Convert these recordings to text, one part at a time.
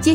接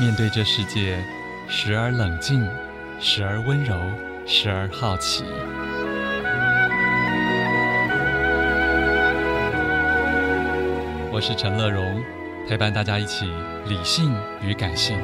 面对这世界，时而冷静，时而温柔，时而好奇。我是陈乐融，陪伴大家一起理性与感性。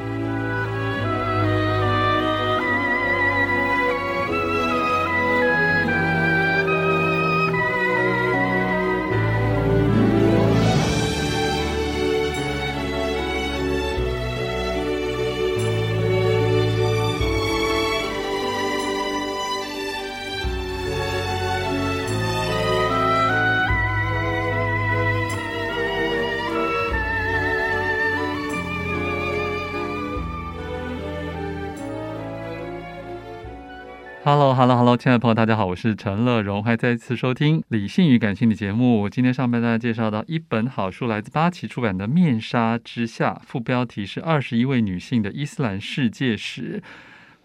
h e l l o h e l l o h e l l o 亲爱的朋友，大家好，我是陈乐荣，欢迎再次收听《理性与感性》的节目。今天上半段介绍到一本好书，来自八旗出版的《面纱之下》，副标题是“二十一位女性的伊斯兰世界史”。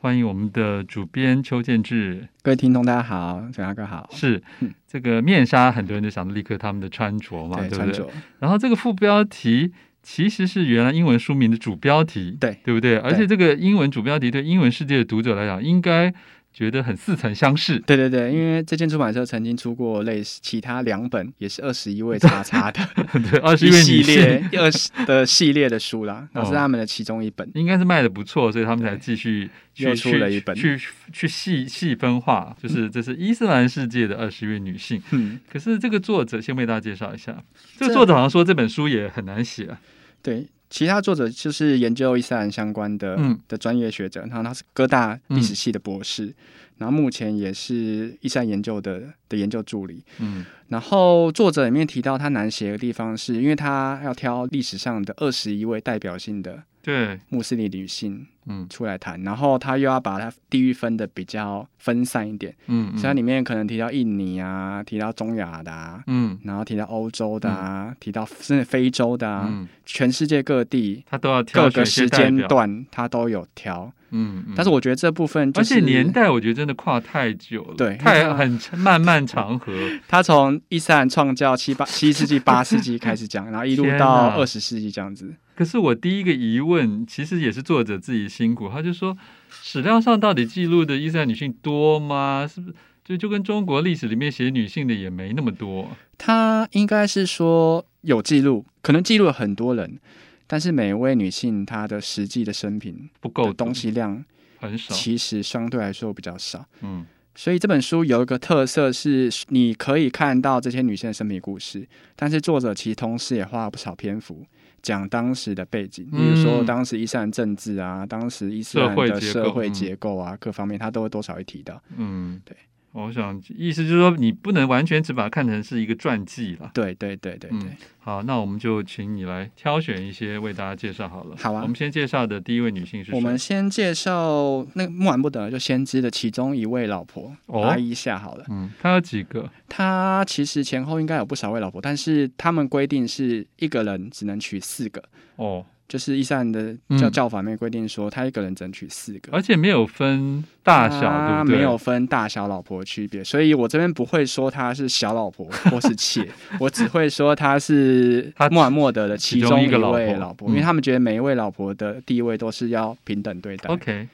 欢迎我们的主编邱建志，各位听众，大家好，小杨哥好，是这个面纱，很多人就想到立刻他们的穿着嘛，对不穿对？着然后这个副标题其实是原来英文书名的主标题，对对不对？而且这个英文主标题对英文世界的读者来讲，应该觉得很似曾相识。对对对，因为这间出版社曾经出过类似其他两本，也是二十一位叉叉的对， 二十一位系女列性二十的系列的书啦，那是哦他们的其中一本。 应该是卖的不错，所以他们才继续去又出了一去本去去细细分化，就是这是伊斯兰世界的二十位女性。嗯，可是这个作者先为大家介绍一下，这这个作者好像说这本书也很难写啊，对。其他作者就是研究伊斯兰相关的、嗯的专业学者，然后他是哥大历史系的博士，然后目前也是伊斯兰研究的的研究助理。嗯然后作者里面提到他难写的地方是，因为他要挑历史上的二十一位代表性的对，穆斯林女性嗯出来谈，然后他又要把它地域分的比较分散一点，嗯所以它里面可能提到印尼啊，提到中亚的啊，嗯然后提到欧洲的啊，提到甚至非洲的啊，嗯，全世界各地他都要挑各选个一些时代间表，段他都有挑，嗯，嗯但是我觉得这部分就而是且年代我觉得真的跨太久了，对太很漫漫长河，他从伊斯兰创教七八七世纪八世纪开始讲，然后一路天到哪二十世纪这样子。可是我第一个疑问，其实也是作者自己辛苦，他就说史料上到底记录的伊斯兰女性多吗？是不是就就跟中国历史里面写女性的也没那么多？他应该是说有记录，可能记录了很多人，但是每位女性她的实际的生平不够的东西量很少。其实相对来说比较少。嗯所以这本书有一个特色是，你可以看到这些女性的生平故事，但是作者其实同时也花了不少篇幅讲当时的背景，比嗯如说当时伊斯兰政治啊，当时伊斯兰的社社会会结结构啊，各方面他都会多少会提到。嗯，对。我想意思就是说，你不能完全只把它看成是一个传记了。对对对对对嗯，好，那我们就请你来挑选一些为大家介绍好了。好啊我们先介绍的第一位女性是谁？我们先介绍那个穆罕默德就先知的其中一位老婆、哦阿伊夏好了。嗯，她有几个？她其实前后应该有不少位老婆，但是他们规定是一个人只能娶四个，哦，就是伊斯兰的嗯教教法里面规定说，他一个人只能娶四个。而且没有分大小，对他不对？呃啊没有分大小老婆的区别，所以我这边不会说她是小 老婆或是妾，我只会说她是她穆罕默德的其其中中一一个位老老婆婆，嗯因为他们觉得每一位老婆的地位都是要平等对待。 OK，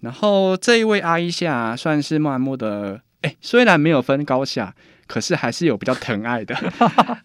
然后这一位阿伊夏啊算是穆罕默德，哎，虽然没有分高下，可是还是有比较疼 爱的。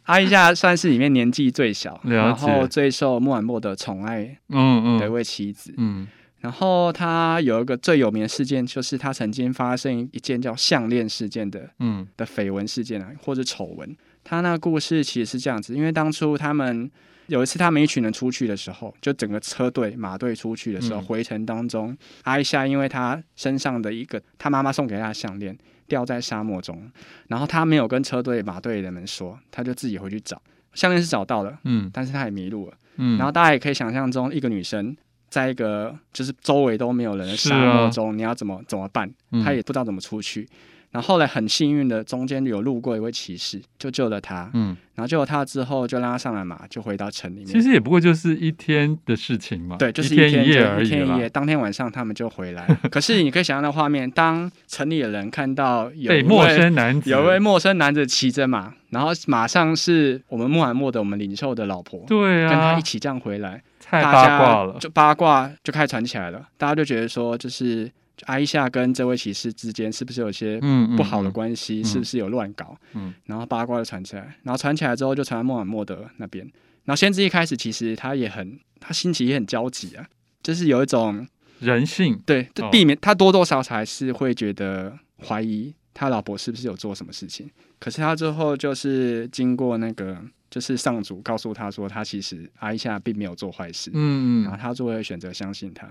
阿伊夏算是里面年纪最小，了解然后最受穆罕默德宠爱嗯的一嗯位妻子。嗯，然后他有一个最有名的事件，就是他曾经发生一件叫项链事件的嗯的绯闻事件啊，或者丑闻。他那故事其实是这样子，因为当初他们有一次他们一群人出去的时候，就整个车队马队出去的时候，嗯回程当中，阿夏因为他身上的一个他妈妈送给他的项链掉在沙漠中，然后他没有跟车队马队的人们说，他就自己回去找。项链是找到了，嗯但是她也迷路了。嗯，然后大家也可以想象中，一个女生在一个就是周围都没有人的是沙啊漠中，你要怎么怎么办？嗯她也不知道怎么出去。然后后来很幸运的，中间有路过一位骑士，就救了她。嗯，然后救了她之后，就让她上了马，就回到城里其面。实也不过就是一天的事情嘛，对，就是一天一夜就而一已天一啦夜。。当天晚上他们就 回来了。可是你可以想象的画面，当城里的人看到有被一陌位生男子有一位陌生男子骑着马，然后马上是我们穆罕默德我们领袖的老婆，对跟他啊一，起这样回来，太大八家卦了，就八卦就开始传起来了。大家就觉得说，就是就阿伊夏跟这位骑士之间是不是有些嗯，嗯不好的嗯关系，是不是有乱搞？嗯然后八卦就传起来，然后传起来之后就传到穆罕默德那边。然后先知一开始其实他也很，他心情也很焦急啊，就是有一种人性，对，哦这避免他多多少少还是会觉得怀疑他老婆是不是有做什么事情。可是他最后就是经过那个，就是上主告诉他说，他其实阿伊夏并没有做坏事，嗯然后嗯他作为选择相信他。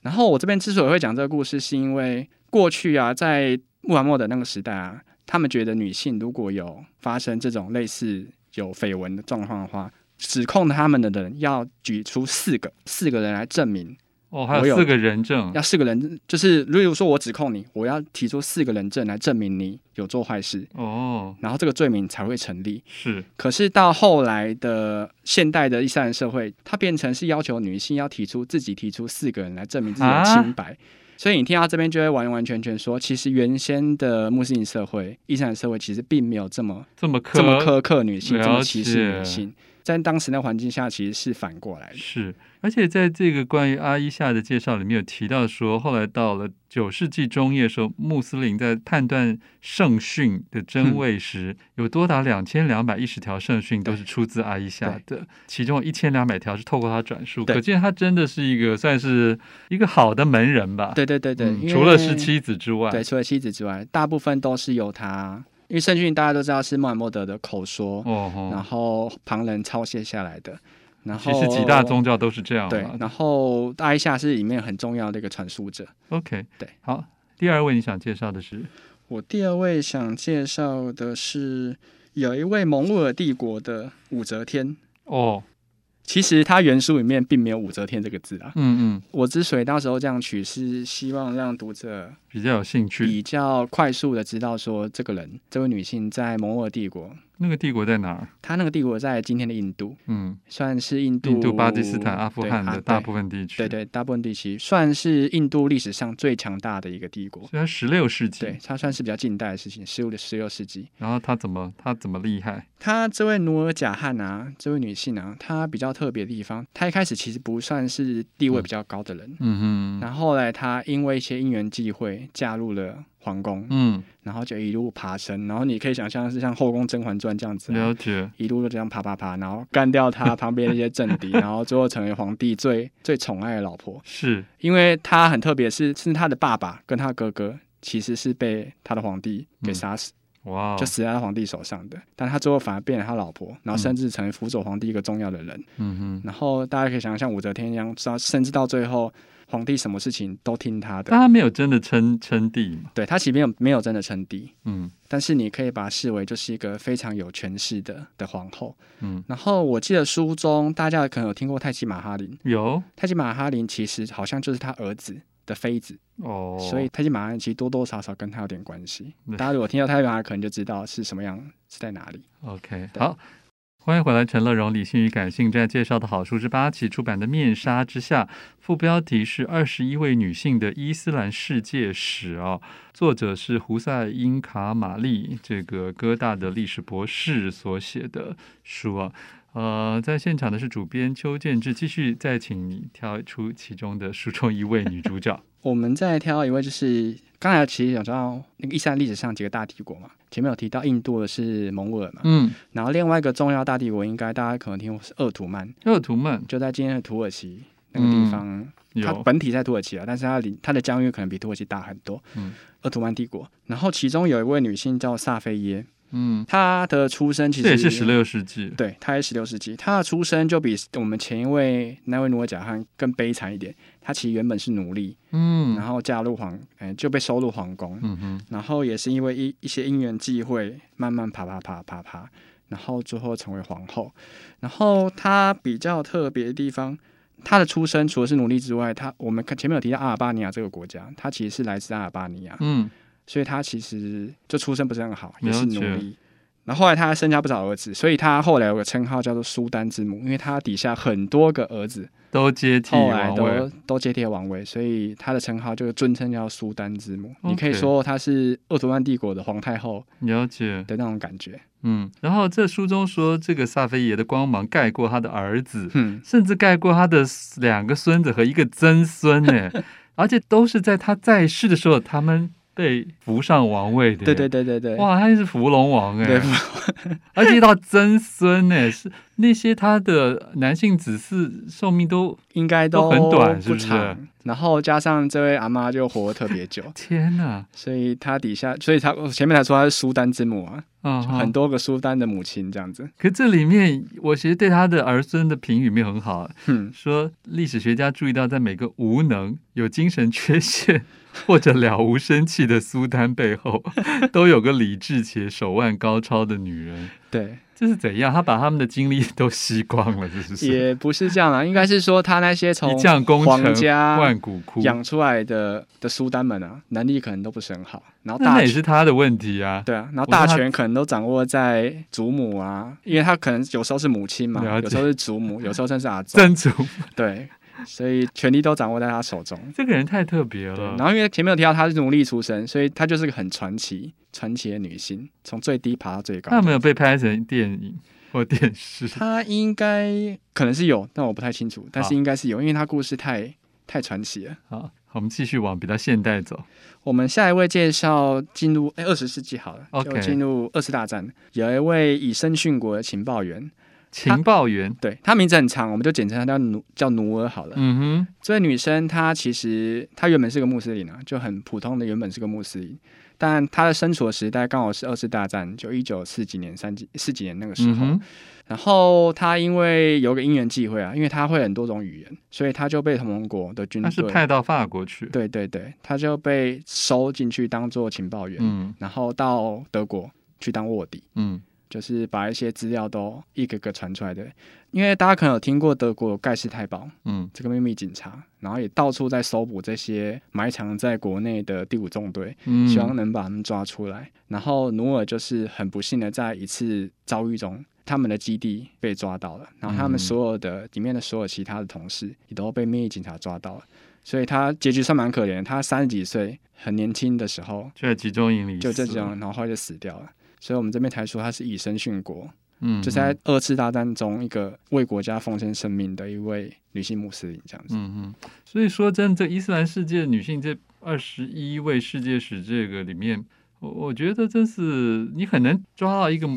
然后我这边之所以会讲这个故事，是因为过去啊，在穆罕默德那个时代啊，他们觉得女性如果有发生这种类似有绯闻的状况的话，指控他们的人要举出四个四个人来证明哦，还我有有四个人证，要四个人，就是例如说我指控你，我要提出四个人证来证明你有做坏事，哦，然后这个罪名才会成立。是，可是到后来的现代的伊斯兰社会，它变成是要求女性要提出自己提出四个人来证明自己啊的清白。所以你听到这边就会完完全全说，其实原先的穆斯林社会、伊斯兰社会其实并没有这么这么苛，这么苛刻女性、了这解么歧视女性，在当时那环境下其实是反过来的。是，而且在这个关于阿伊夏的介绍里面有提到说，后来到了九世纪中叶的时候，穆斯林在判断圣训的真嗯伪时，有多达两千两百一十条圣训都对是出自阿伊夏的，其中一千两百条是透过他转述，对可见他真的是一个算是一个好的门人吧。对对对对，嗯因为除了是妻子之外，对，除了妻子之外，大部分都是由他，因为圣训大家都知道是穆罕默德的口说，哦然吼，后旁人抄写下来的。然其后实几大宗教都是这样对嘛，。然后大伊夏是里面很重要的一个传输者。 OK，对，好。第二位你想介绍的是，我第二位想介绍的是有一位蒙古尔帝国的武则天。哦，其实它原书里面并没有“武则天”这个字啊。嗯嗯，我之所以到时候这样取，是希望让读者比较有兴趣。比较快速的知道说，这个人，这位女性在蒙古尔帝国，那个帝国在哪儿？她那个帝国在今天的印度，嗯，算是印度、印度、巴基斯坦、阿富对汗啊的大对部分地区。对对，大部分地区算是印度历史上最强大的一个帝国。所以他十六世对纪，，它算是比较近代的事情，十五、十六世纪。然后他怎么他怎么厉害？她这位努尔贾汗啊，这位女性啊，她比较特别的地方，她一开始其实不算是地位比较高的人，嗯哼，然后后来她因为一些因缘际会嫁入了皇宫，嗯，然后就一路爬升，然后你可以想象是像《后宫甄嬛传》这样子啊、了解。一路就这样爬爬爬，然后干掉她旁边的一些政 敌，然后最后成为皇帝最最宠爱的老婆。是因为她很特别是，是她的爸爸跟她哥哥其实是被她的皇帝嗯给杀死，哇哦，就死在她皇帝手上的。但她最后反而变成她老婆，然后甚至成为辅佐皇帝一个重要的人。嗯哼。然后大家可以想象武则天一样，到甚至到最后，皇帝什么事情都听她的但。他没有真的称称帝嘛？对她其实没有没有真的称帝，嗯但是你可以把她视为就是一个非常有权势的的皇后。嗯，然后我记得书中大家可能有听过泰姬玛哈林，有泰姬玛哈林其实好像就是她儿子的妃子。哦，所以泰姬玛哈其实多多少少跟他有点关系对。大家如果听到泰姬玛哈，可能就知道是什么样，是在哪里。 OK 对好。欢迎回来，陈乐荣。理性与感性在介绍的好书之八期出版的《面纱之下》，副标题是“二十一位女性的伊斯兰世界史”哦，作者是胡塞因卡玛丽，这个哥大的历史博士所写的书啊。呃，在现场的是主编邱建志，继续再请你挑出其中的书中一位女主 角。我们再挑一位，就是刚才其实讲到那个伊斯兰历史上几个大帝国嘛，前面有提到印度的是蒙古尔嘛，嗯，然后另外一个重要大帝国应该大家可能听过是鄂图曼，鄂图曼就在今天的土耳其那个地方。它嗯有本体在土耳其啊，但是它领它的疆域可能比土耳其大很多。嗯，鄂图曼帝国，然后其中有一位女性叫萨菲耶，嗯，她的出生其这实也是十六世纪。对，他是十六世纪，他的出生就比我们前一位那位努尔贾汗更悲惨一点。他其实原本是奴隶，嗯然后嫁入皇，哎、就被收入皇宫，嗯哼然后也是因为一一些因缘际会，慢慢爬爬爬爬爬，然后最后成为皇后。然后她比较特别的地方，她的出身除了是奴隶之外，她我们看前面有提到阿尔巴尼亚这个国家，她其实是来自阿尔巴尼亚，嗯，所以她其实就出身不是很好，了也是奴解隶。然后后来她生下不少儿子，所以她后来有个称号叫做苏丹之母，因为她底下很多个儿子都接替后来王都位，都接替了王位，所以她的称号就是尊称叫苏丹之母。你可以 OK 说她是奥斯曼帝国的皇太后了解，的那种感觉。嗯。然后这书中说，这个萨菲耶的光芒盖过他的儿子， 嗯，甚至盖过他的两个孙子和一个曾孙呢， 而且都是在他在世的时候，他们被扶上王位的。对对。对对对，哇，他是伏龙王哎对，， 而且到曾孙呢，是那些他的男性子嗣寿命都应该都很短是不不是，长。然后加上这位阿妈就活得特别久天哪所以她底下，所以她我前面才说她是苏丹之母啊，啊，就哈很多个苏丹的母亲这样子。可这里面，我其实对他的儿孙的评语没有很好，嗯，说历史学家注意到，在每个无能、有精神缺陷或者了无生气的苏丹背后， 都有个理智且手腕高超的女人。对，这是怎样？他把他们的精力都吸光了，是不是？也不是这样啊，应该是说她那些从一将功皇成家万骨枯，养出来的的苏丹们啊，能力可能都不是很好，然后那大那也是他的问题啊。对啊，然我后说大他权可能都掌握在祖母啊，因为他可能有时候是母亲嘛，了解有时候是祖母，有时候甚 至阿祖，真主，对，所以权力都掌握在他手中。这个人太特别对，了然。后因为前面有提到她是奴隶出身，所以她就是个很传奇、传奇的女性，从最低爬到最高他。有没有被拍成电影或电视？她应该可能是有，但我不太清楚，但好是应该是有，因为她故事太太传奇了。好，我们继续往比较现代走。我们下一位介绍进入哎二十世纪好了 OK 就进入二次大战，有一位以身殉国的情报员，情报员，对，她名字很长，我们就简称她叫奴叫奴儿好了。嗯哼，这位女生她其实她原本是个穆斯林啊，就很普通的，原本是个穆斯林，但她的身处的时代刚好是二次大战，就一九四几年、三几四几年那个时嗯候。哼，然后她因为有个因缘际会啊，因为她会很多种语言，所以她就被同盟国的军他是队，派到法国去。对对对，她就被收进去当做情报员，嗯然后到德国去当卧底。嗯，就是把一些资料都一个个传出来的。因为大家可能有听过德国有盖世太保嗯，这个秘密警察，然后也到处在搜捕这些埋藏在国内的第五纵队，嗯，希望能把他们抓出来。然后努尔就是很不幸的在一次遭遇中。他们的基地被抓到了，然后他嗯们所有的、里面的所有其他的同事也都被秘密警察抓到了，所以他结局算蛮可怜的。他三十几岁，很年轻的时候就在集中营里就这死种，了，然后后来就死掉了。所以我们这边才说他是以身殉国，嗯，就是在二次大战中一个为国家奉献生命的一位女性穆斯林这样子。嗯嗯，所以说真的，这伊斯兰世界女性这二十一位世界史这个里面，我我觉得真是你很难抓到一个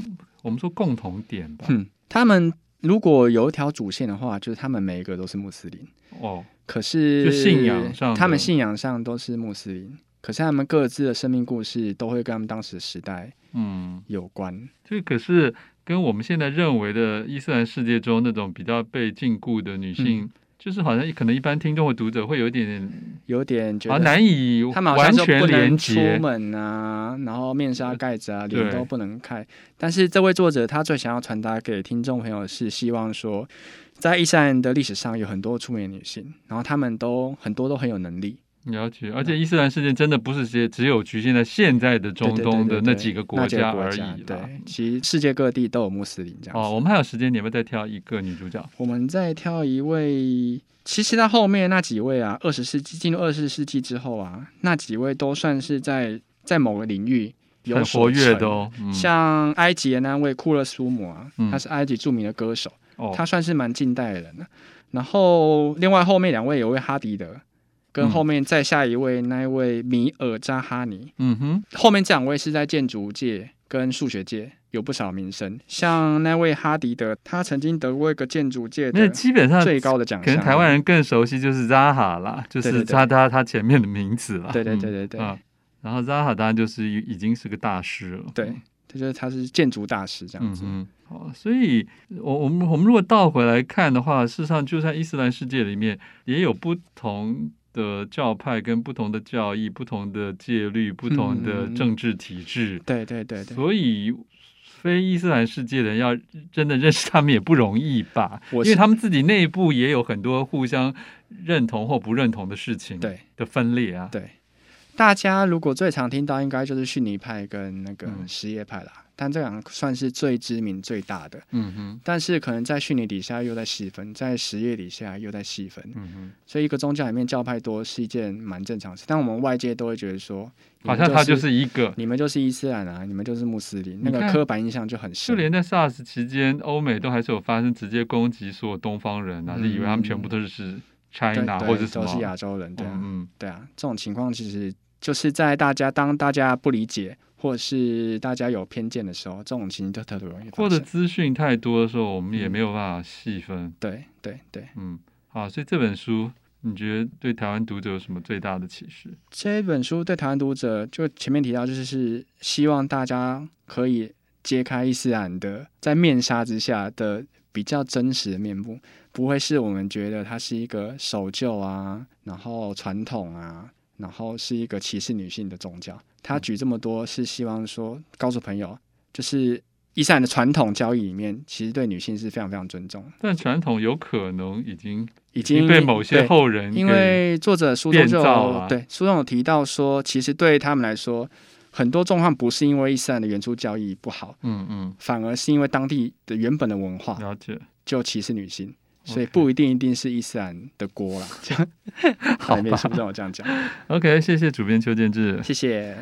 我们说共同点吧。哼、嗯他们如果有一条主线的话，就是他们每一个都是穆斯林，哦，可是就信仰上的他们信仰上都是穆斯林，可是他们各自的生命故事都会跟他们当时时代嗯，有关。这可是跟我们现在认为的伊斯兰世界中那种比较被禁锢的女嗯性。就是好像可能一般听众或读者会有一点点有点觉啊得难以他们好像完说全不连能出接，门啊，然后面纱盖着啊，对脸都不能开。但是这位作者他最想要传达给听众朋友是希望说，在伊斯兰的历史上有很多出名的女性，然后她们都很多都很有能力，了解，而且伊斯兰世界真的不是只只有局限在现在的中对对对东对的对那几个国那几个家国而家已啦。嗯对，其实世界各地都有穆斯林这样子。哦，我们还有时间，你要不要再挑一个女主角？我们再挑一位，其实他后面那几位啊，二十世纪进入二十世纪之后啊，那几位都算是在在某个领域有很活所跃的成哦，嗯、像埃及的那位库勒苏姆啊嗯，他是埃及著名的歌手，哦他算是蛮近代的人了。啊然后另外后面两位有位哈迪德，跟嗯后面再下一位那一位米尔扎哈尼，嗯哼，后面这两位是在建筑界跟数学界有不少名声。像那位哈迪德，他曾经得过一个建筑界那的基本上最高的奖可项，能台湾人更熟悉就是 Zaha 啦，就对对是对他他他前面的名字啦。对对对嗯对对啊，然后 Zaha 当然就是已已经是个大师了。对，他就是他是建筑大师这样嗯子。嗯，好，所以我我们我们如果倒回来看的话，事实上就在伊斯兰世界里面也有不同。的教派跟不同的教义、不同的戒律、不同的嗯政治体制，对对对对，所以非伊斯兰世界的人要真的认识他们也不容易吧？我因为是他们自己内部也有很多互相认同或不认同的事情，对的分裂啊，对，大家如果最常听到应该就是逊尼派跟那个嗯什叶派啦，但这两个算是最知名最大的，嗯哼，但是可能在逊尼底下又在细分，在什叶底下又在细分，嗯哼，所以一个宗教里面教派多是一件蛮正常的事，但我们外界都会觉得说，你好们像他就就是一个，你们就是伊斯兰啊，你们就是穆斯林，那你个看刻板印象就很就深。连在 SARS 期间，欧美都还是有发生直接攻击所有东方人啊，嗯就以为他们全部都是对 China 啊对或者什都么，是亚洲人，对啊，嗯对啊，这种情况其实就是在大家当大家不理解或是大家有偏见的时候，这种情形就特别容易发或者生。资讯太多的时候，我们也嗯没有办法细分，对对对，嗯，好，所以这本书你觉得对台湾读者有什么最大的启示？这本书对台湾读者，就前面提到，就是是希望大家可以揭开伊斯兰的在面纱之下的比较真实的面目，不会是我们觉得它是一个守旧啊，然后传统啊，然后是一个歧视女性的宗教。嗯他举这么多是希望说告诉朋友，就是伊斯兰的传统教义里面，其实对女性是非常非常尊重的，但传统有可能已经已已经经被某些对后人因给为作者书中就变造啊了有对书中有提到说，其实对他们来说，很多状况不是因为伊斯兰的原初教义不好，嗯嗯反而是因为当地的原本的文化了解，就歧视女性，所以 OK 不一定一定是伊斯兰的锅啦。这样， 好里面书中有这样讲， OK，谢谢主编邱建志。谢谢。